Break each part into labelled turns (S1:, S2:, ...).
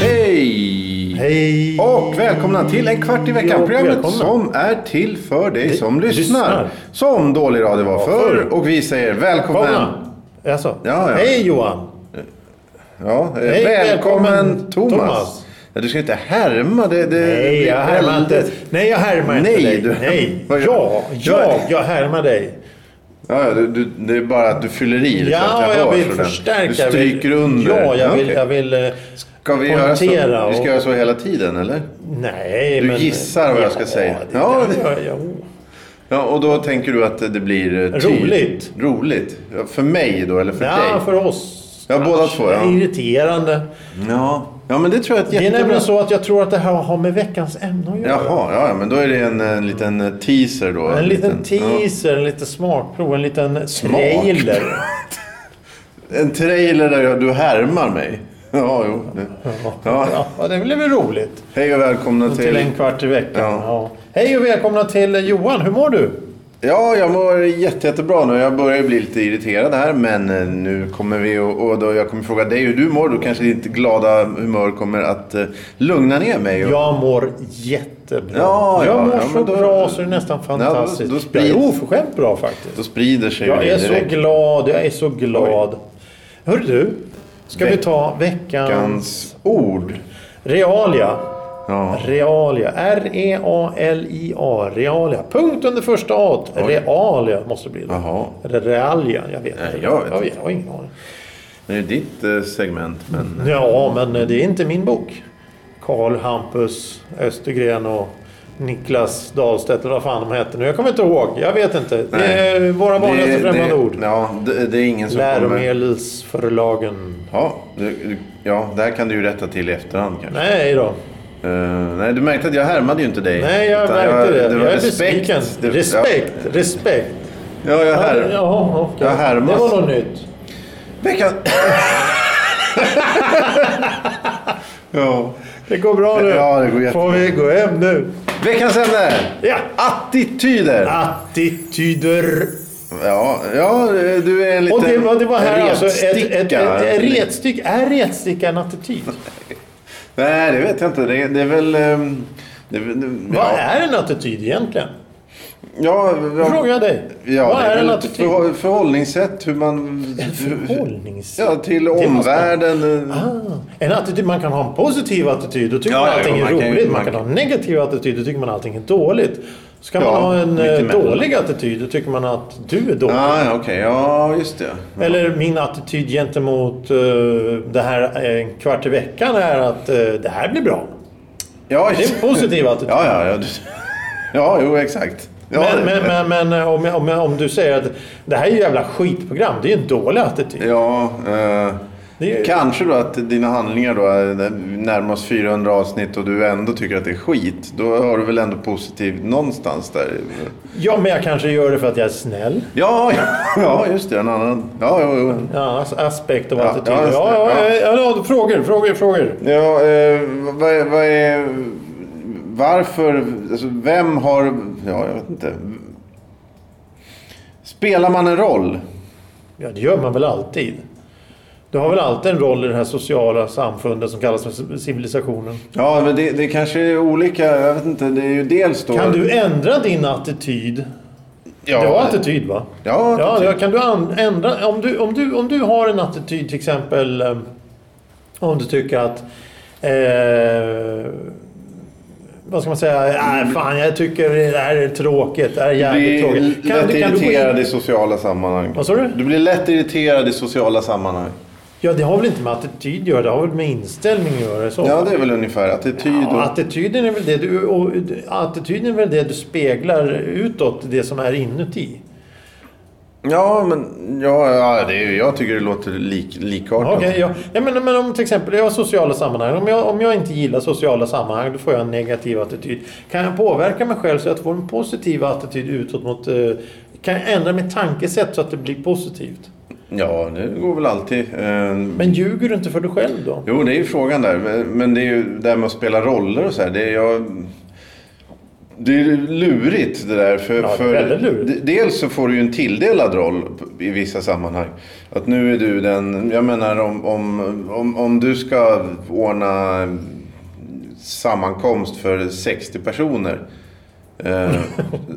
S1: Hej!
S2: Hej!
S1: Och välkomna till En kvart i
S2: Ja,
S1: veckan-programmet
S2: välkomna.
S1: som är till för dig som lyssnar.
S2: lyssnar.
S1: Som Dålig Radio var förr.
S2: förr.
S1: Och vi säger välkommen.
S2: Välkomna! Alltså.
S1: Ja, Eh, ja.
S2: Hej Johan!
S1: Ja, eh,
S2: Hej,
S1: välkommen,
S2: välkommen,
S1: Thomas.
S2: Thomas.
S1: Ja, du ska inte härma. Det, det,
S2: Nej,
S1: det-
S2: jag härmar inte. Nej, jag härmar inte
S1: Nej,
S2: dig.
S1: du-
S2: Nej,
S1: Vad gör-
S2: jag, jag, jag härmar dig.
S1: Ja, ja, du, du, det är bara att du fyller i. det, så att
S2: Ja, jag
S1: hörs
S2: vill
S1: ordentligt.
S2: förstärka.
S1: Du stryker
S2: jag vill,
S1: under.
S2: Ja, jag vill,
S1: okej.
S2: jag vill eh,
S1: Ska vi göra så?
S2: poängtera
S1: Vi ska
S2: och-
S1: göra så hela tiden, eller?
S2: Nej,
S1: Du
S2: men...
S1: gissar vad jag ska säga.
S2: Det,
S1: Ja,
S2: ja,
S1: det-
S2: ja, ja.
S1: Ja, och då tänker du att det blir... eh, ty-
S2: Roligt.
S1: Roligt. Ja, För mig då, eller för
S2: ja,
S1: dig?
S2: för oss.
S1: Ja, båda två, ja.
S2: Det är irriterande.
S1: Ja. ja, men det tror jag är ett
S2: Det är
S1: jättebra...
S2: nämligen så att jag tror att det här har med veckans ämne att göra.
S1: Jaha, ja, ja, men då är det en, en liten teaser då.
S2: En liten
S1: ja.
S2: teaser, en liten smakprov, en liten trailer.
S1: En trailer där jag- du härmar mig. Ja, jo. Det. Ja.
S2: Ja, det blev väl roligt.
S1: Hej och välkomna
S2: Till
S1: till...
S2: en kvart i veckan.
S1: Ja.
S2: Ja. Hej och välkomna till Johan. Hur mår du?
S1: Ja, jag mår jätte, jättebra nu. Jag börjar bli lite irriterad här, men eh, nu kommer vi och, och då jag kommer fråga dig hur du mår. Då kanske ditt glada humör kommer att eh, lugna ner mig. Och,
S2: Jag mår jättebra.
S1: Ja, ja,
S2: jag mår
S1: ja,
S2: så
S1: men då-
S2: bra så det är nästan fantastiskt.
S1: då
S2: jag
S1: sprids-
S2: är oförskämt bra faktiskt.
S1: Då sprider sig
S2: Jag
S1: det
S2: är så
S1: direkt.
S2: glad, jag är så glad. Hör du, ska vi ta veckans
S1: Veckans ord.
S2: realia?
S1: Ja.
S2: Realia. E R-E-A-L-I-A. Realia. Punkt under första A. Realia måste det bli. då.
S1: Jaha.
S2: Eller realia. Jag vet
S1: Nej,
S2: inte.
S1: jag vet
S2: jag,
S1: inte.
S2: jag har ingen aning.
S1: Det är ditt eh, segment,
S2: Mm.
S1: men...
S2: Ja, men det är inte min bok. Karl Hampus Östergren och Niklas Dahlstedt eller vad fan de hette nu. Jag kommer inte ihåg. Jag vet inte. Det är våra vanligaste
S1: Det-
S2: främmande
S1: det,
S2: ord.
S1: Ja, det, det är ingen som kommer...
S2: Läromedelsförlagen.
S1: Ja, du, du- ja, det här kan du ju rätta till i efterhand kanske.
S2: Nej då.
S1: Eh, nej, du märkte att jag härmade ju inte dig.
S2: Nej, jag
S1: Utan
S2: märkte det.
S1: var
S2: jag är
S1: respekt.
S2: besviken.
S1: Det-
S2: Respekt. Respekt.
S1: Ja, ja jag här.
S2: Ja, okej.
S1: Jag härmas.
S2: Det var något nytt.
S1: Veckan... ja.
S2: Det går bra nu.
S1: Ja, det går jättebra.
S2: Får vi gå hem nu?
S1: Veckans ämne!
S2: Ja. Ah.
S1: Attityder!
S2: Attityder.
S1: Ja, ja, du är en liten
S2: Och det var, det var här alltså. Ett, ett, ett,
S1: retsticka.
S2: ett retsticka. Är retsticka en attityd?
S1: Nej, det vet jag inte. Det, det är väl... ehm, Det, det,
S2: Vad
S1: ja.
S2: är en attityd egentligen?
S1: Ja,
S2: Då
S1: ja,
S2: Frågar jag dig.
S1: ja,
S2: Vad
S1: det
S2: är en
S1: väl
S2: attityd?
S1: förhå- Förhållningssätt, hur man...
S2: Förhållningssätt.
S1: Ja, till
S2: Det måste-
S1: omvärlden. eh,
S2: Ah, En attityd, man kan ha en positiv attityd, då tycker
S1: Ja,
S2: man
S1: ja,
S2: allting
S1: jo,
S2: är
S1: man kan ju-
S2: roligt.
S1: man
S2: Man kan ha en negativ attityd, då tycker man allting är dåligt. Ska
S1: Ja,
S2: man ha en eh,
S1: mittemellan.
S2: dålig attityd, då tycker man att du är dålig.
S1: Ah, ja, okej. Ja, just det.
S2: Eller min attityd gentemot eh, det här eh, en kvart i veckan är att eh, det här blir bra.
S1: Ja,
S2: Det är en positiv attityd.
S1: Ja, ja, ja. du- Ja, jo, exakt. Ja,
S2: men,
S1: det-
S2: men, men, men eh, om, jag- om, jag- om du säger att det här är ju jävla skitprogram, det är ju en dålig attityd.
S1: Ja, eh,
S2: Det är-
S1: kanske då att dina handlingar då är närmar oss 400 avsnitt och du ändå tycker att det är skit. Då har du väl ändå positivt någonstans där.
S2: Ja, men jag kanske gör det för att jag är snäll.
S1: Ja, ja, ja just det. En annan. Ja, jo, jo.
S2: Ja, as- aspekt av
S1: Ja,
S2: attityd.
S1: ja,
S2: Ja,
S1: just det.
S2: ja,
S1: Ja.
S2: ja, ja, ja, frågor, frågor, frågor.
S1: Ja, eh, vad, är- vad är... Varför... Alltså, vem har... Ja, jag vet inte. Spelar man en roll?
S2: Ja, det gör man väl alltid. Du har väl alltid en roll i det här sociala samfundet som kallas för civilisationen.
S1: Ja, men det, det kanske är olika. Jag vet inte. Det är ju dels då...
S2: Kan du ändra din attityd?
S1: Ja,
S2: Det var attityd va?
S1: Ja, typ.
S2: Ja,
S1: attityd.
S2: ja, kan du an- ändra... Om du, om, du, om du har en attityd till exempel eh, om du tycker att... Eh, vad ska man säga? Äh, fan, jag tycker det här är tråkigt. Det här är jävligt
S1: Mm. blir
S2: tråkigt.
S1: lätt
S2: Kan, du- kan du gå
S1: irriterad
S2: in?
S1: i sociala sammanhang.
S2: Vad sa du?
S1: Du blir lätt irriterad i sociala sammanhang.
S2: Ja, det har väl inte med attityd att göra. Det har väl med inställning att göra. i Så.
S1: Ja, det är väl ungefär attityd
S2: Ja,
S1: och...
S2: attityden, är väl det du, och, attityden är väl det du speglar utåt, det som är inuti.
S1: Ja, men... Ja, ja det är, ju- jag tycker det låter lik, likartat.
S2: Okej, ja. ja, men, men om till exempel jag har sociala sammanhang. Om jag, om jag inte gillar sociala sammanhang då får jag en negativ attityd. Kan jag påverka mig själv så att jag får en positiv attityd utåt mot... Eh, kan jag ändra mitt tankesätt så att det blir positivt?
S1: Ja, det går väl alltid. Eh,
S2: Men ljuger du inte för dig själv då?
S1: Jo, det är ju frågan där. Men- Men det är ju det här med att spela roller och så här. Det är, jag, det är lurigt det där. För,
S2: Ja,
S1: för
S2: väldigt lurigt.
S1: d- Dels så får du ju en tilldelad roll p- i vissa sammanhang. Att nu är du den... Jag menar om, om, om, om du ska ordna sammankomst för 60 personer. eh,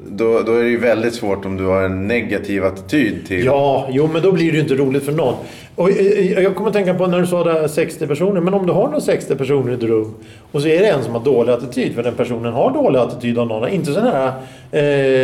S1: då, då är det ju väldigt svårt om du har en negativ attityd till...
S2: Ja, jo men då blir det ju inte roligt för någon. Och, eh, eh, jag kommer att tänka på när du sa det här 60 personer, men om du har några 60 personer i ett rum och så är det en som har dålig attityd, för den personen har dålig attityd av någon. Inte sån här,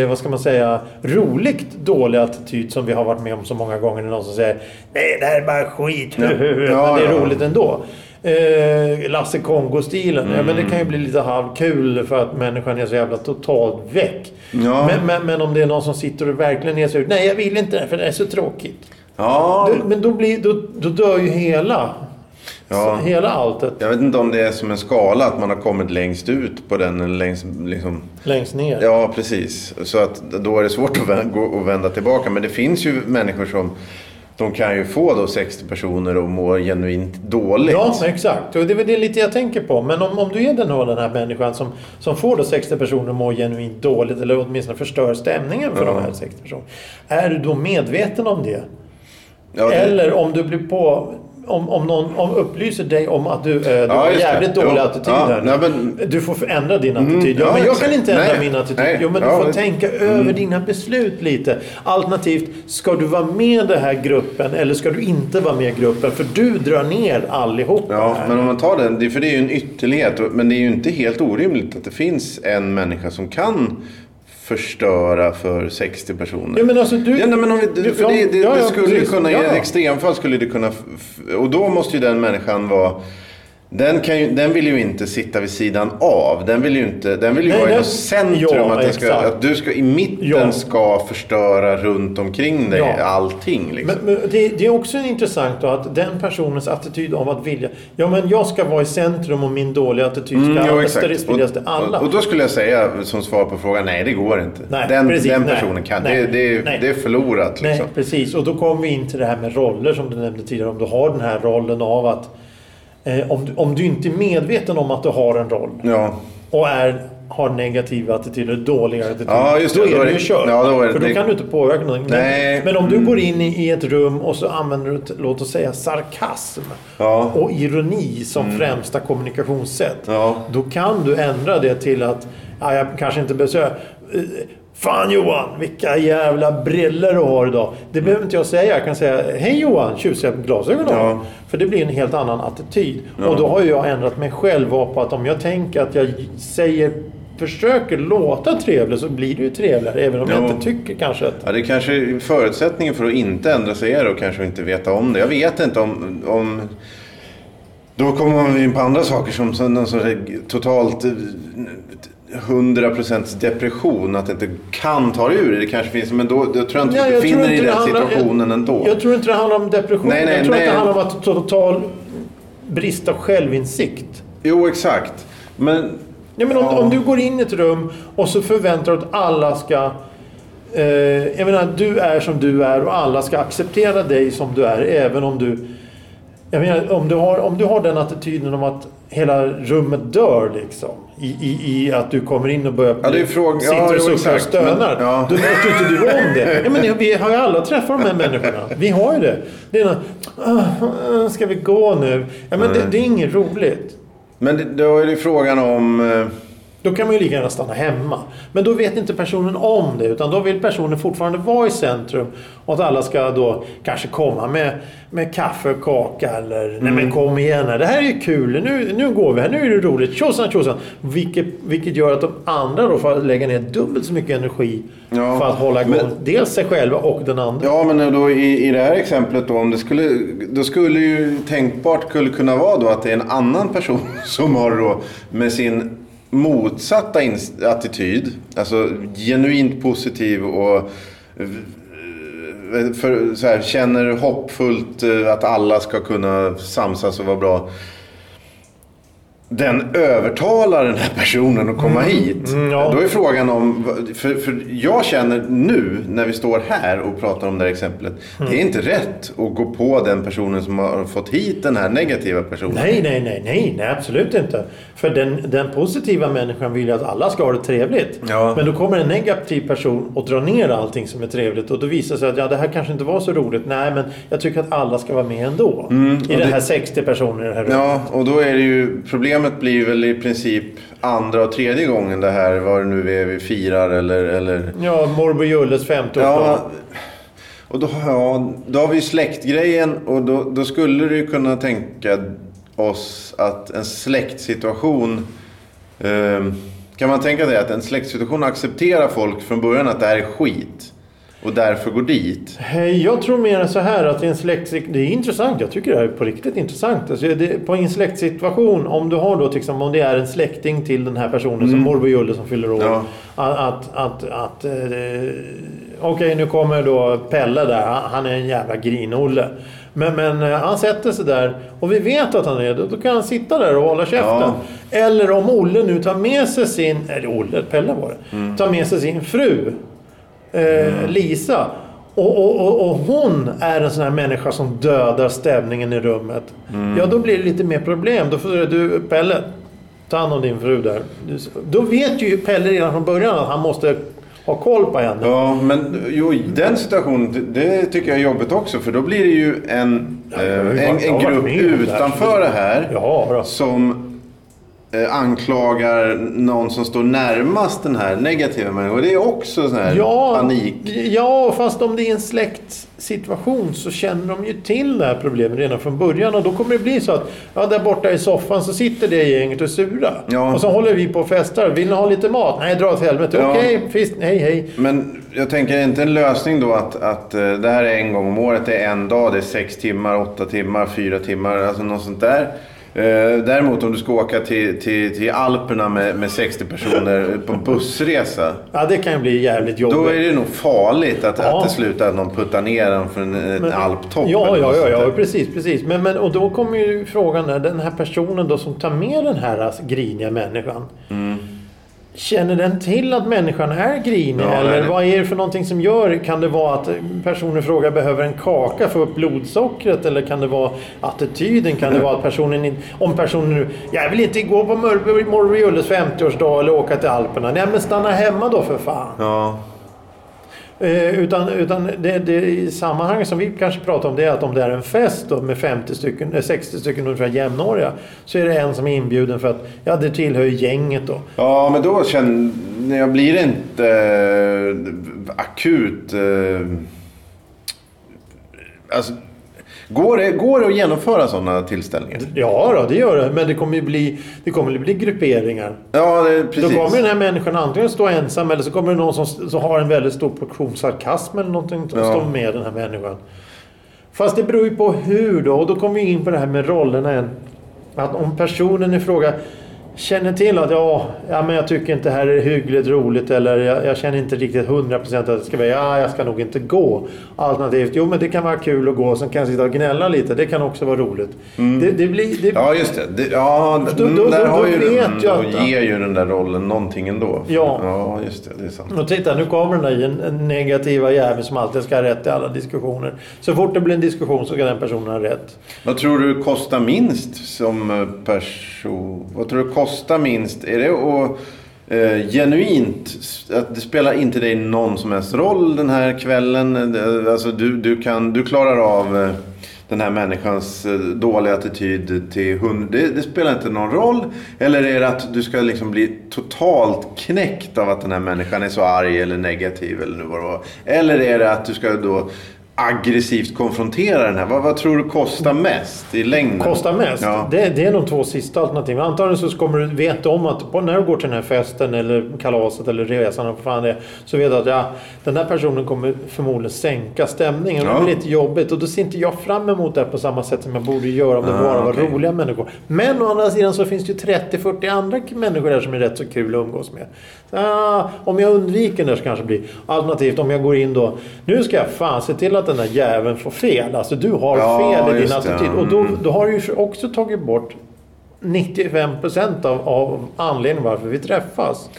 S2: eh, vad ska man säga, roligt dålig attityd som vi har varit med om så många gånger när någon som säger Nej, det här är bara skit,
S1: Ja. Ja,
S2: men det är
S1: ja.
S2: roligt ändå. Eh, Lasse Kongo-stilen, ja, men det
S1: Mm.
S2: kan ju bli lite halvkul för att människan är så jävla totalt väck.
S1: Ja.
S2: Men, men, men om det är någon som sitter och verkligen är så ut. Nej, jag vill inte det här, för det är så tråkigt.
S1: Ja.
S2: Då- Men då, blir, då, då dör ju hela,
S1: Ja.
S2: hela alltet
S1: Jag vet inte om det är som en skala, att man har kommit längst ut på den. Eller längst, liksom.
S2: längst ner.
S1: Ja, precis. Så att då är det svårt att vä- gå och vända tillbaka. Men det finns ju människor som de kan ju få då 60 personer och må genuint dåligt.
S2: Ja, exakt. Och det är väl det lite jag tänker på. Men om, om du är den, här- den här människan som, som får då 60 personer att må genuint dåligt eller åtminstone förstör stämningen för
S1: Ja.
S2: de här 60 personerna. Är du då medveten om det?
S1: Ja, det-
S2: Eller om du blir på... Om, om någon om upplyser dig om att du, eh, du har
S1: just det.
S2: jävligt dålig
S1: Jo.
S2: attityd
S1: Ja,
S2: här.
S1: nej, men- Mm,
S2: Du får förändra din attityd. Ja,
S1: ja,
S2: men jag
S1: exakt.
S2: kan inte ändra
S1: Nej,
S2: min attityd.
S1: nej.
S2: Jo, men
S1: Ja, Mm.
S2: du får
S1: det-
S2: tänka över dina beslut lite. Alternativt, ska du vara med i den här gruppen eller ska du inte vara med i gruppen? För du drar ner allihopa
S1: Ja,
S2: här.
S1: men om man tar den, det- för det är ju en ytterlighet. och- Men det är ju inte helt orimligt att det finns en människa som kan förstöra för 60 personer.
S2: Ja, men alltså du...
S1: Ja, nej, men om vi,
S2: du-
S1: för det, det,
S2: ja,
S1: det
S2: ja,
S1: skulle ju
S2: precis.
S1: kunna,
S2: Ja,
S1: i ett
S2: ja.
S1: extremfall skulle det kunna, f- f- och då måste ju den människan vara den, kan ju, den vill ju inte sitta vid sidan av. Den vill ju, inte, den vill ju
S2: Nej,
S1: vara i
S2: den-
S1: något centrum.
S2: ja,
S1: att, den ska,
S2: exakt.
S1: att du ska, i mitten
S2: Ja.
S1: ska förstöra runt omkring dig
S2: Ja.
S1: allting. Liksom.
S2: Men, men det, det är också intressant då att den personens attityd av att vilja... Ja, men jag ska vara i centrum och min dåliga attityd ska
S1: Mm, jo,
S2: mm,
S1: exakt.
S2: spridas till alla.
S1: Och, och då skulle jag säga som svar på frågan, nej det går inte.
S2: Nej,
S1: den,
S2: precis,
S1: den
S2: nej,
S1: personen kan.
S2: nej,
S1: det, det, är-
S2: nej.
S1: det är förlorat
S2: Nej,
S1: liksom.
S2: precis. Och då kommer vi in till det här med roller som du nämnde tidigare. Om du har den här rollen av att... Eh, om, du, om du inte är medveten om att du har en roll
S1: Ja.
S2: och är, har negativa attityder, dåliga attityder.
S1: Ja, just det.
S2: Då
S1: Då
S2: är
S1: är
S2: du ju
S1: det-
S2: kört.
S1: ja, då är det-
S2: För då
S1: det-
S2: kan du inte påverka någonting. Men-
S1: Nej. Mm.
S2: Men om du går in i, i ett rum och så använder du, ett, låt oss säga, sarkasm
S1: Ja. Mm.
S2: och ironi som främsta kommunikationssätt.
S1: Ja.
S2: Då kan du ändra det till att, ja, jag kanske inte behöver säga, eh, Fan Johan, vilka jävla briller du har idag. Det behöver inte jag säga. Jag kan säga, hej Johan, tjusiga glasögon du har.
S1: Ja.
S2: För det blir en helt annan attityd. Och då har ju jag ändrat mig själv på att om jag tänker att jag säger försöker låta trevlig så blir det ju trevligare. Även om jag
S1: Ja.
S2: inte tycker kanske att...
S1: Ja, det kanske förutsättningen för att inte ändra sig är att kanske inte veta om det. Jag vet inte om... om då kommer man in på andra saker som, som någon sorts totalt eh, 100% depression. Att det inte kan ta dig ur det. Det kanske finns, men då, då tror jag inte
S2: Nej,
S1: du
S2: jag
S1: befinner
S2: tror
S1: dig i
S2: inte
S1: den
S2: det handlar-
S1: situationen ändå.
S2: Jag tror inte det handlar om depression.
S1: Nej, nej,
S2: jag tror att
S1: nej.
S2: det handlar om att total brist av självinsikt.
S1: Jo, exakt. Men...
S2: Ja, men om,
S1: Ja.
S2: om du går in i ett rum och så förväntar du att alla ska... Eh, jag menar, du är som du är och alla ska acceptera dig som du är även om du... Jag menar, om du har, om du har den attityden om att hela rummet dör liksom. I, i, i att du kommer in och börjar...
S1: Ja, det är frågan- ja,
S2: sitter
S1: jo,
S2: och suckar och
S1: exakt. Men-
S2: stönar.
S1: ja.
S2: Då vet ju inte du om det. Ja, men vi har ju alla träffat de här människorna. Vi har ju det. Det är någon, "Ah, Ska vi gå nu? Ja, men det, det är inget roligt.
S1: Men det- då är det frågan om... eh,
S2: Då kan man ju lika gärna stanna hemma. Men då vet inte personen om det utan då vill personen fortfarande vara i centrum. Och att alla ska då kanske komma med, med kaffe och kaka eller nej
S1: Mm.
S2: men kom igen här, det här är ju kul, nu, nu går vi här, nu är det roligt, tjosan tjosan. Vilket, vilket gör att de andra då får lägga ner dubbelt så mycket energi
S1: Ja,
S2: för att hålla igång
S1: men-
S2: dels sig själva och den andra.
S1: Ja, men då i, i det här exemplet då, om det skulle, då skulle ju tänkbart skulle kunna vara då att det är en annan person som har då med sin motsatta ins- attityd, alltså genuint positiv och eh, för, så här, känner hoppfullt eh, att alla ska kunna samsas och vara bra. den övertalar den här personen att komma hit.
S2: Mm, ja.
S1: Då är frågan om... För, för jag känner nu när vi står här och pratar om det här exemplet. Det är inte rätt att gå på den personen som har fått hit den här negativa personen.
S2: Nej, nej, nej, nej, nej, absolut inte. För den, den positiva människan vill ju att alla ska ha det trevligt.
S1: Ja.
S2: Men då kommer en negativ person och drar ner allting som är trevligt och då visar det sig att ja, det här kanske inte var så roligt. Nej, men jag tycker att alla ska vara med ändå. I det här 60 personer i det här rummet.
S1: Mm, Ja, och då är det ju... Problemet blir väl i princip andra och tredje gången det här, vad det nu är vi firar eller... eller
S2: Ja, morbror Julles 50
S1: Ja, och då, ja, då har vi ju släktgrejen och då, då skulle du ju kunna tänka oss att en släktsituation... ehm, kan man tänka sig att en släktsituation accepterar folk från början att det här är skit och därför går dit?
S2: Hej, Jag tror mer så här att i en släkt... Det är intressant. Jag tycker det här är på riktigt intressant. Alltså det, på en släktsituation, om du har då till exempel, om det är en släkting till den här personen som morbror Julle som fyller år.
S1: Mm. Ja.
S2: Att, att, att, att eh, Okej, nu kommer då Pelle där. Han han är en jävla grinolle. Men, men eh, han sätter sig där och vi vet att han är det. Då kan han sitta där och hålla käften.
S1: Ja.
S2: Eller om Olle nu tar med sig sin... Eller Olle, Pelle var det.
S1: Mm.
S2: Tar med sig sin fru eh, Lisa. Och, och, och, och hon är en sån här människa som dödar stämningen i rummet. Ja, då blir det lite mer problem. Då får du, du Pelle, ta hand om din fru där. Du- Då vet ju Pelle redan från början att han måste ha koll på henne.
S1: Ja, men jo, i den situationen, det, det tycker jag är jobbigt också för då blir det ju en,
S2: jag har ju
S1: eh, en,
S2: varit- jag
S1: en
S2: har varit
S1: grupp
S2: med om det här.
S1: utanför det här.
S2: Ja, då.
S1: som eh, anklagar någon som står närmast den här negativa människan. Och det är också sån här
S2: Ja,
S1: panik.
S2: ja, fast om det är en släktsituation så känner de ju till det här problemet redan från början. Och då kommer det bli så att ja, där borta i soffan så sitter det gänget och är sura.
S1: Ja.
S2: Och så håller vi på och festar. Vill ni ha lite mat? Nej, dra åt helvete.
S1: Ja.
S2: Okej, fisk. Hej, hej.
S1: Men jag tänker, är inte en lösning då att, att eh, det här är en gång om året, det är en dag, det är sex timmar, åtta timmar, fyra timmar, alltså något sånt där. Eh, Däremot om du ska åka till, till, till Alperna med, med 60 personer på bussresa.
S2: Ja, det kan ju bli jävligt jobbigt.
S1: Då är det nog farligt att,
S2: Ja.
S1: att det slutar att någon puttar ner en för en, en alptopp.
S2: Ja,
S1: eller
S2: ja,
S1: något
S2: ja,
S1: sånt
S2: ja
S1: där.
S2: precis. precis. Men, men, och då kommer ju frågan där, den här personen då som tar med den här alltså, griniga människan. Känner den till att människan är grinig?
S1: Ja,
S2: eller
S1: nej, det-
S2: vad är det för någonting som gör? Kan det vara att personen i fråga behöver en kaka för att få upp blodsockret? Eller kan det vara attityden? Kan det vara att personen in, Om personen nu... Jag vill inte gå på Mor- Morbror Julles 50-årsdag eller åka till Alperna. Nej, men stanna hemma då för fan.
S1: Ja.
S2: Eh, utan utan det, det i sammanhanget som vi kanske pratar om det är att om det är en fest då med 50 stycken, eh, 60 stycken ungefär jämnåriga så är det en som är inbjuden för att ja, det tillhör ju gänget då.
S1: Ja, men då känner jag, blir det inte eh, akut... Eh, alltså, går, det, går det att genomföra sådana tillställningar?
S2: Ja, då, det gör det. Men det kommer ju bli, det kommer ju bli grupperingar.
S1: Ja, det, precis.
S2: Då kommer den här människan antingen stå ensam eller så kommer det någon som, som har en väldigt stor portion sarkasm eller någonting som
S1: Ja.
S2: står med den här människan. Fast det beror ju på hur då. Och då kommer vi in på det här med rollerna igen. Att om personen i fråga känner till att ja, ja men jag tycker inte det här är hyggligt roligt eller jag, jag känner inte riktigt 100% att det ska vara ja, jag ska nog inte gå. Alternativt, jo men det kan vara kul att gå, sen kan jag sitta och gnälla lite. Det kan också vara roligt. Det, det blir, det,
S1: Mm. Ja, just det. det ja,
S2: Då-
S1: mm,
S2: då-
S1: där
S2: då-
S1: har
S2: då
S1: ju,
S2: vet
S1: mm,
S2: jag
S1: då
S2: att-
S1: ger ju den där rollen någonting ändå.
S2: Ja.
S1: Ja, just det. Det är sant.
S2: Och titta, nu kommer den där negativa jäveln som alltid ska ha rätt i alla diskussioner. Så fort det blir en diskussion så ska den personen ha rätt.
S1: Vad tror du kostar minst som eh, person? Vad tror du kostar minst? Är det att eh, genuint, s- att det spelar inte dig någon som helst roll den här kvällen? Eh, Alltså du, du, kan, du klarar av eh, den här människans eh, dåliga attityd till hund. Det, det spelar inte någon roll. Eller är det att du ska liksom bli totalt knäckt av att den här människan är så arg eller negativ eller nu vad det var. Eller är det att du ska då aggressivt konfrontera den här. Vad, vad tror du kostar mest i längden?
S2: Kostar mest,
S1: Ja.
S2: det, det är de två sista alternativen. Antagligen så kommer du veta om att på, när du går till den här festen eller kalaset eller resan eller vad fan det är. Så vet du att ja, den där personen kommer förmodligen sänka stämningen.
S1: Ja.
S2: Det blir lite jobbigt och då ser inte jag fram emot det här på samma sätt som jag borde göra om det
S1: Ah,
S2: bara var
S1: okej.
S2: roliga människor. Men å andra sidan så finns det ju 30-40 andra k- människor där som är rätt så kul att umgås med. Så, ah, om jag undviker det så kanske det blir. Alternativt om jag går in då. Nu ska jag fan se till att den där jäveln får fel. Alltså du har
S1: Ja,
S2: fel i din
S1: just det.
S2: attityd. Och då, då har du ju också tagit bort 95 procent av, av anledningen varför vi träffas.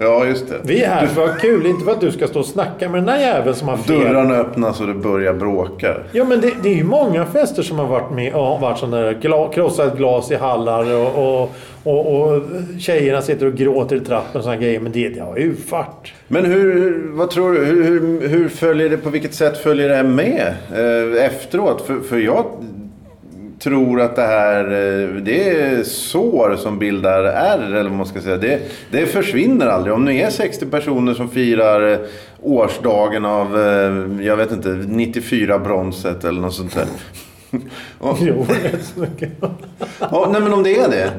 S1: Ja, just det.
S2: Vi är här för att ha kul, inte för att du ska stå och snacka med den där jäveln som har fel.
S1: Dörrarna öppnas och det börjar bråka.
S2: Ja, men det, det är ju många fester som har varit med och varit sådana där gla, krossat glas i hallar och, och, och, och tjejerna sitter och gråter i trappen och sådana grejer. Men det, det har ju varit.
S1: Men hur, hur- vad tror du, hur, hur, hur följer det, på vilket sätt följer det här med eh, efteråt? För, för jag tror att det här, eh, det är sår som bildar ärr eller vad man ska säga. Det, det försvinner aldrig. Om ni är 60 personer som firar eh, årsdagen av, eh, jag vet inte, 94 bronset eller något sånt där. Och-
S2: Jo, rätt så mycket.
S1: Ja, nej men om det är det.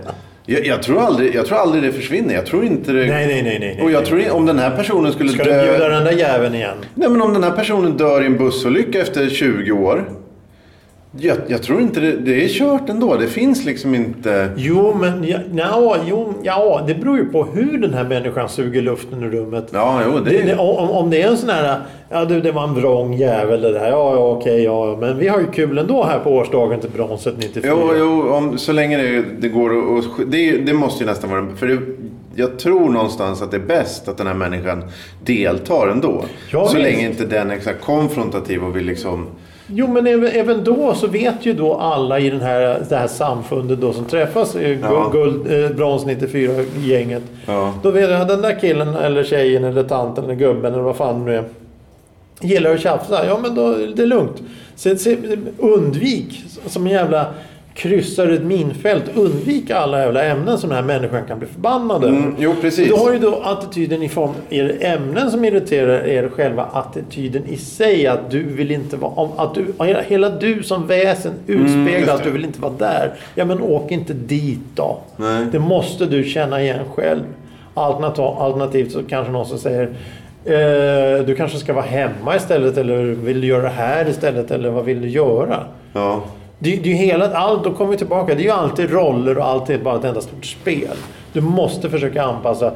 S1: Jag, jag, tror aldrig, jag tror aldrig det försvinner. Jag tror inte det...
S2: Nej, nej, nej. nej, nej.
S1: Och jag tror i- om den här personen skulle
S2: Ska du
S1: dö...
S2: bjuda den där jäveln igen?
S1: Nej men om den här personen dör i en bussolycka efter 20 år. Jag, jag tror inte det, det är kört ändå. Det finns liksom inte...
S2: Jo, men ja, nja, jo, ja, det beror ju på hur den här människan suger luften ur rummet.
S1: Ja, jo, det,
S2: Det, det, om, om det är en sån här, ja du det var en vrång jävel det där, ja ja okej, ja ja, men vi har ju kul ändå här på årsdagen till bronset 94.
S1: Jo, jo om, så länge det, det går att- att... sk- Det, det måste ju nästan vara... För det, jag tror någonstans att det är bäst att den här människan deltar ändå.
S2: Ja,
S1: så
S2: visst.
S1: länge inte den är exakt konfrontativ och vill liksom...
S2: Jo, men även, även då så vet ju då alla i den här, det här samfundet då som träffas, eh, gu-
S1: Ja.
S2: guld, eh, brons 94-gänget.
S1: Ja.
S2: Då vet jag att den där killen eller tjejen eller tanten eller gubben eller vad fan det nu är. Gillar att tjafsa, ja men då det är lugnt. Se, se, undvik som en jävla kryssar ett minfält. Undvik alla jävla ämnen som den här människan kan bli förbannad över.
S1: Mm, jo, precis.
S2: Då har ju då attityden i form, är det ämnen som irriterar er själva attityden i sig att du vill inte vara, om- att du, hela, hela du som väsen
S1: Mm,
S2: utspeglar
S1: just
S2: att du
S1: det.
S2: vill inte vara där. Ja men åk inte dit då.
S1: Nej.
S2: Det måste du känna igen själv. Alternativ, alternativt så kanske någon som säger eh, du kanske ska vara hemma istället eller vill du göra det här istället eller vad vill du göra?
S1: Ja.
S2: Det, det är ju hela, allt, då kommer vi tillbaka. Det är ju alltid roller och allt är bara ett enda stort spel. Du måste försöka anpassa.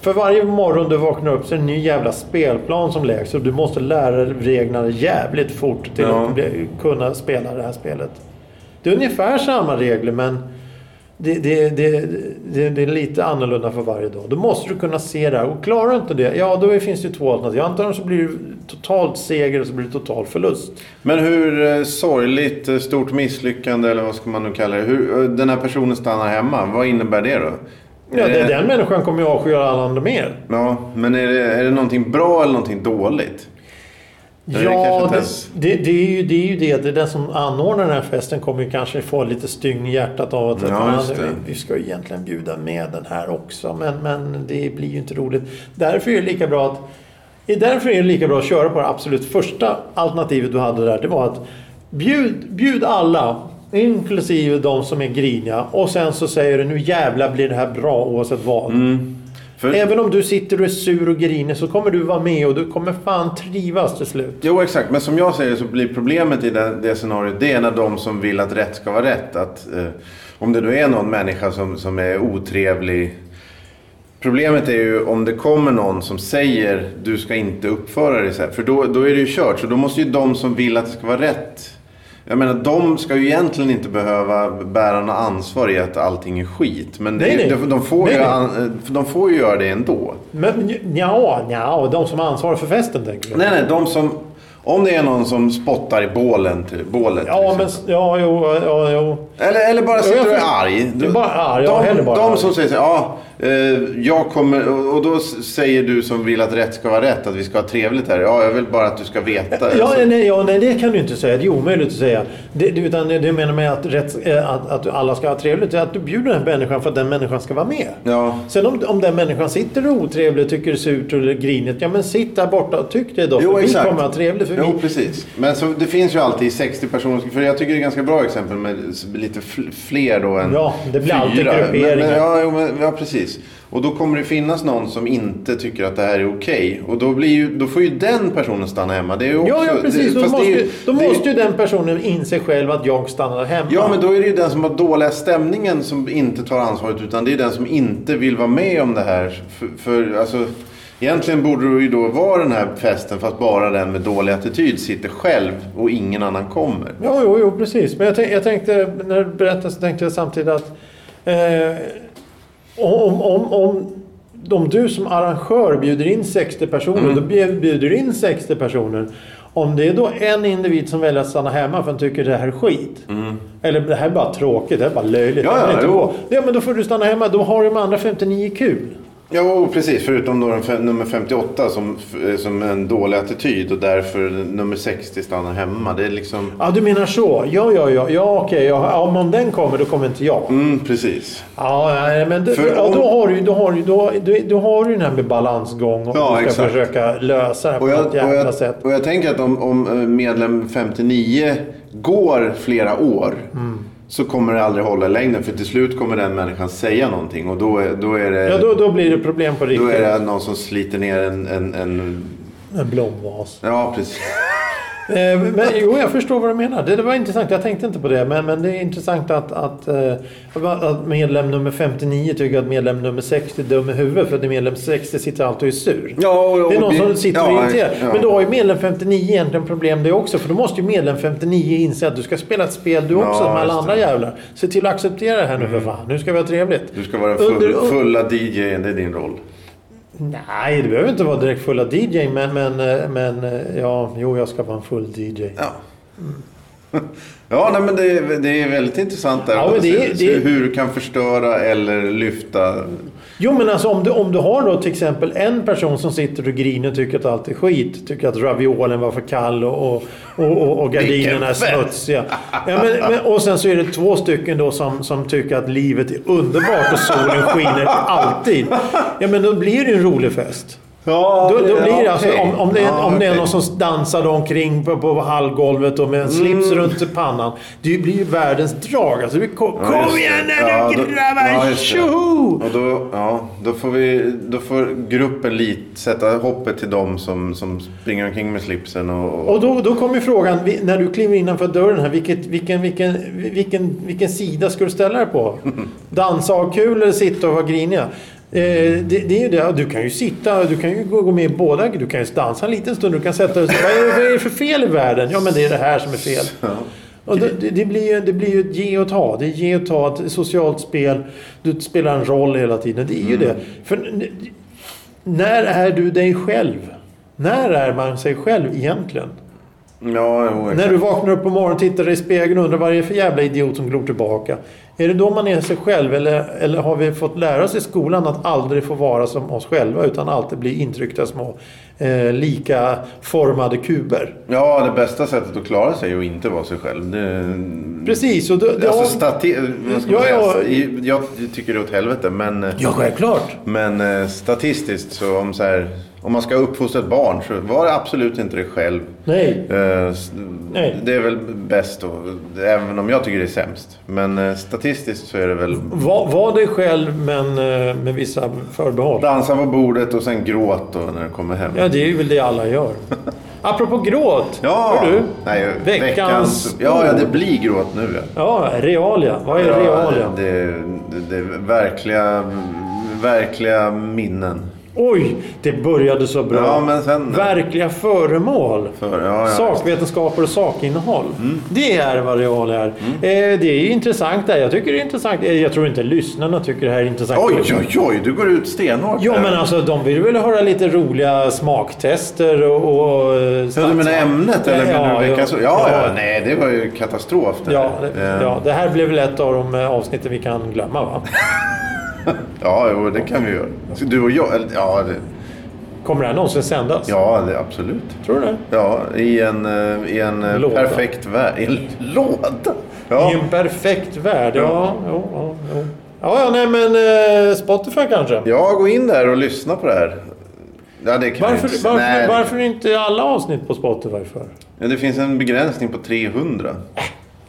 S2: För varje morgon du vaknar upp så är det en ny jävla spelplan som leks och du måste lära dig reglerna jävligt fort till
S1: Ja.
S2: att bli, kunna spela det här spelet. Det är ungefär samma regler men det, det, det, det, det är lite annorlunda för varje dag. Då måste du kunna se det här. Och klarar du inte det, ja då finns det ju två alternativ. Antingen så blir det totalt seger och så blir det total förlust.
S1: Men hur eh, sorgligt, eh, stort misslyckande eller vad ska man nu kalla det. Hur, eh, den här personen stannar hemma, vad innebär det då?
S2: Ja,
S1: Är
S2: det, den människan kommer ju avsky alla andra mer.
S1: Ja, men är det, är det någonting bra eller någonting dåligt? Eller det kanske
S2: Ja,
S1: inte
S2: det,
S1: ens-
S2: det, det, är ju, det är ju det. det är den som anordnar den här festen kommer ju kanske få lite stygn i hjärtat av att
S1: Ja,
S2: "Fan,
S1: just det.
S2: vi, vi ska ju egentligen bjuda med den här också. Men, men det blir ju inte roligt. Därför är det lika bra att det är Därför är det lika bra att köra på det absolut första alternativet du hade där. Det var att bjud, bjud alla, inklusive de som är griniga. Och sen så säger du nu jävla blir det här bra oavsett vad.
S1: För,
S2: Även om du sitter och är sur och grinig så kommer du vara med och du kommer fan trivas till slut.
S1: Jo, exakt. Men som jag säger så blir problemet i det, det scenariot, det är när de som vill att rätt ska vara rätt. Att, eh, om det nu är någon människa som, som är otrevlig. Problemet är ju om det kommer någon som säger du ska inte uppföra dig så här. För då, då är det ju kört. Så då måste ju de som vill att det ska vara rätt. Jag menar, de ska ju egentligen inte behöva bära något ansvar i att allting är skit. Men det,
S2: Nej, nej.
S1: de, de, får
S2: Nej,
S1: ju,
S2: nej.
S1: an- eh, de får ju göra det ändå.
S2: Men ja, ja, de som ansvarar för festen tänker jag.
S1: Nej, nej, de som... Om det är någon som spottar i bålen, till, bålet.
S2: Ja,
S1: liksom.
S2: men ja, jo, ja, jo.
S1: eller, eller bara sitter
S2: jag
S1: och är
S2: förstår.
S1: arg.
S2: Det är bara arg, jag är
S1: de,
S2: heller bara
S1: de
S2: arg.
S1: som säger så här, ja, eh, jag kommer... Och, och då s- säger du som vill att rätt ska vara rätt, att vi ska ha trevligt här. Ja, jag vill bara att du ska veta.
S2: Ja,
S1: Alltså,
S2: nej, ja, nej, det kan du inte säga. Det är omöjligt att säga. Det, det- utan det, det menar med att, rätt, eh, att, att alla ska ha trevligt. Det är Att du bjuder den här människan för att den människan ska vara med.
S1: ja.
S2: Sen om, om den människan sitter och är otrevlig, tycker det är surt eller grinigt. Ja, men sitt där borta och tyck det då.
S1: Jo,
S2: för
S1: exakt.
S2: vi kommer ha trevligt. För vi,
S1: Jo, precis. Men så, det finns ju alltid 60 personer. För jag tycker det är ganska bra exempel med s- lite fl- fler då än
S2: Ja, det blir alltid
S1: fyra.
S2: grupperingar.
S1: Men, men, ja, jo, men, ja, precis. Och då kommer det finnas någon som inte tycker att det här är okej. Och då, blir ju, då får ju den personen stanna hemma. Det är ju också,
S2: Ja, ja precis.
S1: Det,
S2: då
S1: fast
S2: måste,
S1: det är
S2: ju,
S1: ju-
S2: då
S1: det är ju-
S2: måste ju den personen inse själv att jag stannar hemma.
S1: Ja, men då är det ju den som har dåliga stämningen som inte tar ansvaret. Utan det är den som inte vill vara med om det här. För, för alltså... Egentligen borde det ju då vara den här festen fast bara den med dålig attityd sitter själv och ingen annan kommer.
S2: Jo, jo, jo precis. Men jag, tänk, jag tänkte, när du berättade så tänkte jag samtidigt att eh, om, om, om, om du som arrangör bjuder in 60 personer,
S1: Mm.
S2: då bjud- bjuder du in 60 personer. Om det är då en individ som väljer att stanna hemma för att den tycker det här är skit. Eller det här är bara tråkigt, det här är bara
S1: Mm.
S2: löjligt.
S1: Ja,
S2: jag vill
S1: ja,
S2: inte
S1: jo.
S2: gå. ja, men då får du stanna hemma. Då har de andra 59 kul.
S1: Jo, precis. Förutom då den fem, nummer 58 som, f- eh, som en dålig attityd och därför nummer 60 stannar hemma. Det är liksom...
S2: Ja, du menar så. Ja, ja, ja. Ja, okej. Ja, ja, om den kommer, då kommer inte jag.
S1: Mm, precis.
S2: Ja, nej, men det,
S1: För
S2: ja,
S1: om-
S2: då har du ju då har du, då, då, då har du den här med balansgång och
S1: Ja,
S2: du ska
S1: exakt.
S2: försöka lösa det här på
S1: Och jag,
S2: något
S1: och,
S2: jävla
S1: jag,
S2: sätt.
S1: och jag tänker att om, om eh, medlem 59 går flera år
S2: Mm.
S1: så kommer det aldrig hålla i längden. För till slut kommer den människan säga någonting och då är, då är det...
S2: Ja, då, då blir det problem på
S1: Då
S2: riktigt.
S1: är det någon som sliter ner en... en, en
S2: En blomvas.
S1: ja, precis.
S2: Eh, men, jo, jag förstår vad du menar. Det, det var intressant. Jag tänkte inte på det. Men, men det är intressant att, att, eh, att medlem nummer 59 tycker att medlem nummer 60 är dum i huvudet. För att medlem 60 sitter alltid och är sur.
S1: Ja, och,
S2: Det är någon som sitter och
S1: ja,
S2: irriterar.
S1: ja.
S2: Men då har ju medlem 59 egentligen problem det också. För då måste ju medlem 59 inse att du ska spela ett spel du också som alla
S1: just
S2: andra
S1: det. Mm.
S2: jävlar. Se till att acceptera det här nu för fan. Nu ska vi ha trevligt.
S1: Du ska vara den full,
S2: Under-
S1: fulla DJn, det är din roll.
S2: Nej, det behöver inte vara direkt fulla DJ. Men, men, eh, men eh, ja, jo jag ska vara en full DJ.
S1: Ja. Ja, nej, men det, är- det är väldigt intressant där.
S2: Mm. Ja, men det är-
S1: Se- se
S2: det är-
S1: Hur du kan förstöra eller lyfta.
S2: Jo men alltså om du, om du har då till exempel en person som sitter och griner och tycker att allt är skit. Tycker att raviolen var för kall och, och, och, och, och gardinerna är
S1: Vilken fest!
S2: smutsiga. Ja, men, men, och sen så är det två stycken då som, som tycker att livet är underbart och solen skiner alltid. Ja men då blir det ju en rolig fest.
S1: Ja,
S2: Då, då blir det alltså, om, om, det är, om det är någon som dansar omkring på, på hallgolvet och med en slips runt pannan. Det blir ju världens drag. Alltså, det blir, kom,
S1: Ja, just
S2: kom
S1: det.
S2: igen nu
S1: Ja, då- ja,
S2: grabbar!
S1: just det.
S2: Tjoho!
S1: Och då, ja, då, får vi, då får gruppen lit, sätta hoppet till dem som, som springer omkring med slipsen. Och,
S2: Och då, då kommer ju frågan, vi- när du kliver innanför dörren här, vilket, vilken, vilken, vilken, vilken sida ska du ställa dig på? Dansa och ha kul eller sitta och vara griniga? Eh, det, det är ju det. Du kan ju sitta, du kan ju gå, gå med i båda. Du kan ju dansa en liten stund. Du kan sätta dig och säga, vad är, det- vad är det för fel i världen? Ja, men det är det här som är fel. Och det, det, det, blir ju, det blir ju ett ge och ta. Det är ge och ta, ett socialt spel. Du spelar en roll hela tiden. Det är ju det. För, n- när är du dig själv? När är man sig själv egentligen?
S1: ja, jo,
S2: När du vaknar upp på morgonen, tittar dig i spegeln och undrar vad det är för jävla idiot som glor tillbaka. Är det då man är sig själv eller, eller har vi fått lära oss i skolan att aldrig få vara som oss själva utan alltid bli intryckta små eh, lika formade kuber?
S1: Ja, det bästa sättet att klara sig är att inte vara sig själv. Det,
S2: Precis, och då, då,
S1: alltså, stati- vad ska man
S2: Ja, ja.
S1: säga? I- Jag tycker det är åt helvete, men,
S2: ja, självklart.
S1: men eh, statistiskt så om, så här, om man ska uppfostra ett barn så var det absolut inte dig själv.
S2: Nej,
S1: Eh, s-
S2: Nej.
S1: Det är väl bäst då, även om jag tycker det är sämst. Men eh, statistiskt så är det väl
S2: var, var dig själv men eh, med vissa förbehåll.
S1: dansa på bordet och sen gråt då när du kommer hem.
S2: Ja, det är väl det alla gör. Apropå gråt.
S1: Ja!
S2: Hör du?
S1: Nej,
S2: Veckans
S1: veckans... ja, ja, det blir gråt nu. Ja.
S2: Ja, realia. Vad är
S1: Ja,
S2: realia?
S1: Det, det, det är verkliga, verkliga minnen.
S2: Oj, det började så bra.
S1: Ja, men sen...
S2: Verkliga föremål.
S1: För, ja, Mm. ja.
S2: Sakvetenskaper och sakinnehåll. Det är vad real är.
S1: Mm.
S2: Eh, det är ju intressant där. Jag tycker det är intressant. Eh, jag tror inte lyssnarna tycker det här är intressant.
S1: Oj, oj, oj! Du går ut stenhårt.
S2: Jo,
S1: här.
S2: men alltså de vill väl höra lite roliga smaktester och... och eh,
S1: Ja, du menar ämnet? Eller menar du veckans... ja, ja, Eh.
S2: ja.
S1: nej, det var ju katastrof det
S2: Ja,
S1: här.
S2: det, ja, det här blev väl ett av de eh, avsnitten vi kan glömma va?
S1: Ja, jo, det kan vi göra. Så Du och jag... eller, Ja, det,
S2: Kommer det här någonsin sändas?
S1: ja det, absolut.
S2: Tror du det?
S1: Ja, i en, eh, i en eh,
S2: Låda.
S1: perfekt värld. I en låda? Ja.
S2: I en perfekt värld. Ja, ja, ja. ja. ja, ja nej men eh, Spotify kanske?
S1: ja, gå in där och lyssna på det här. Ja, det kan vi
S2: Varför,
S1: inte-
S2: varför,
S1: nej, det-
S2: varför inte alla avsnitt på Spotify för?
S1: Ja, det finns en begränsning på 300.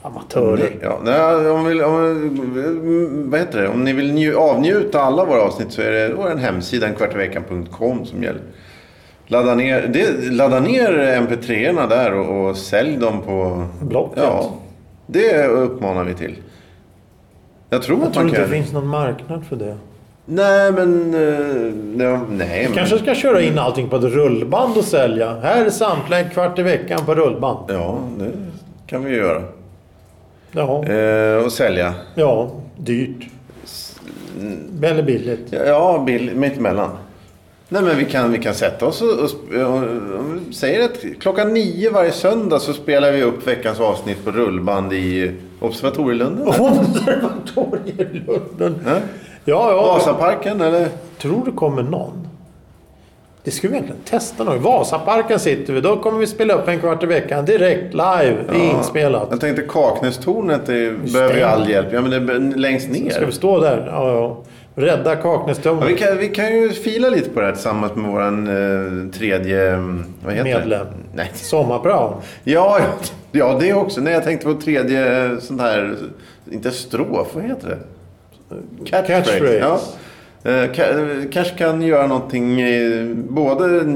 S2: Amatörer.
S1: Ja, nej, om, vill, om, vad heter det? om ni vill nju, avnjuta alla våra avsnitt så är det vår hemsida enkvartveckan.com som gäller. Ladda ner, det, ladda ner mp 3 där och, och sälj dem på...
S2: Blocket.
S1: Ja, det uppmanar vi till. Jag tror
S2: Jag
S1: att
S2: tror
S1: man
S2: inte det
S1: kan...
S2: finns någon marknad för det.
S1: Nej, men... eh, Ja, nej, men...
S2: Kanske ska köra in allting på ett rullband och sälja. Här är samtliga en kvart i veckan på rullband.
S1: Ja, det kan vi ju göra.
S2: Ja,
S1: Eh, och sälja.
S2: ja dyrt. Eller billigt.
S1: Ja, Bill, mittemellan. Nej, men vi kan, vi kan sätta oss och, och, sp- och, om vi säger att klockan nio varje söndag så spelar vi upp veckans avsnitt på rullband i Observatorielunden.
S2: Konservatorier i Lund.
S1: Eh?
S2: Ja, ja.
S1: Vasaparken eller?
S2: Tror du kommer någon? Det skulle vi egentligen testa någon. I Vasaparken sitter vi. Då kommer vi spela upp en kvart i veckan direkt live. Det är inspelat.
S1: Jag tänkte Kaknästornet det behöver ju all hjälp. Ja, men det är längst
S2: Ska vi
S1: ner.
S2: stå där? Ja, ja. Rädda Kaknästummen.
S1: Ja, vi, kan, vi kan ju fila lite på det här tillsammans med våran eh, tredje... Vad heter
S2: Medlem.
S1: det? Nej.
S2: Sommarprao.
S1: Ja, ja, det också. Nej, jag tänkte på tredje eh, sånt här... Inte strof, vad heter det?
S2: Catchphrase.
S1: Ja. Eh, ka- eh, kanske kan göra någonting, eh, både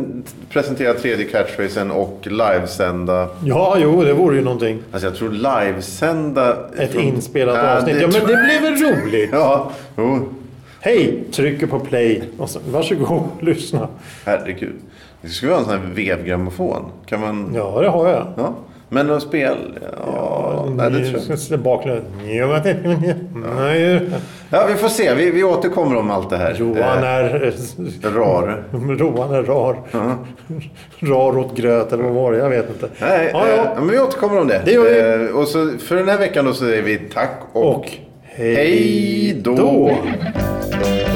S1: presentera tredje catchphrasen och livesända.
S2: Ja, jo, det vore ju någonting.
S1: Alltså jag tror livesända...
S2: Ett
S1: från-
S2: inspelat
S1: Ja,
S2: avsnitt.
S1: det
S2: Ja, men
S1: tror-
S2: det blir väl roligt?
S1: Ja, Oh, jo.
S2: Hej! Trycker på play. Och så, varsågod, lyssna.
S1: Herregud. Det skulle vara en sån här vevgrammofon. Kan man... Ja.
S2: Ja, det har jag.
S1: Men att spel... Ja, nej, det tror jag.
S2: jag. Baklänges.
S1: Ja, vi får se. Vi, vi återkommer om allt det här.
S2: Johan
S1: Eh,
S2: är...
S1: rar.
S2: Roan är rar. Rar åt gröt eller vad var det? Jag vet inte.
S1: Nej,
S2: ja,
S1: eh,
S2: ja.
S1: men vi återkommer om det.
S2: Det gör vi.
S1: Eh, Och så för den här veckan då så säger vi tack och,
S2: Och hej
S1: hej då.
S2: då.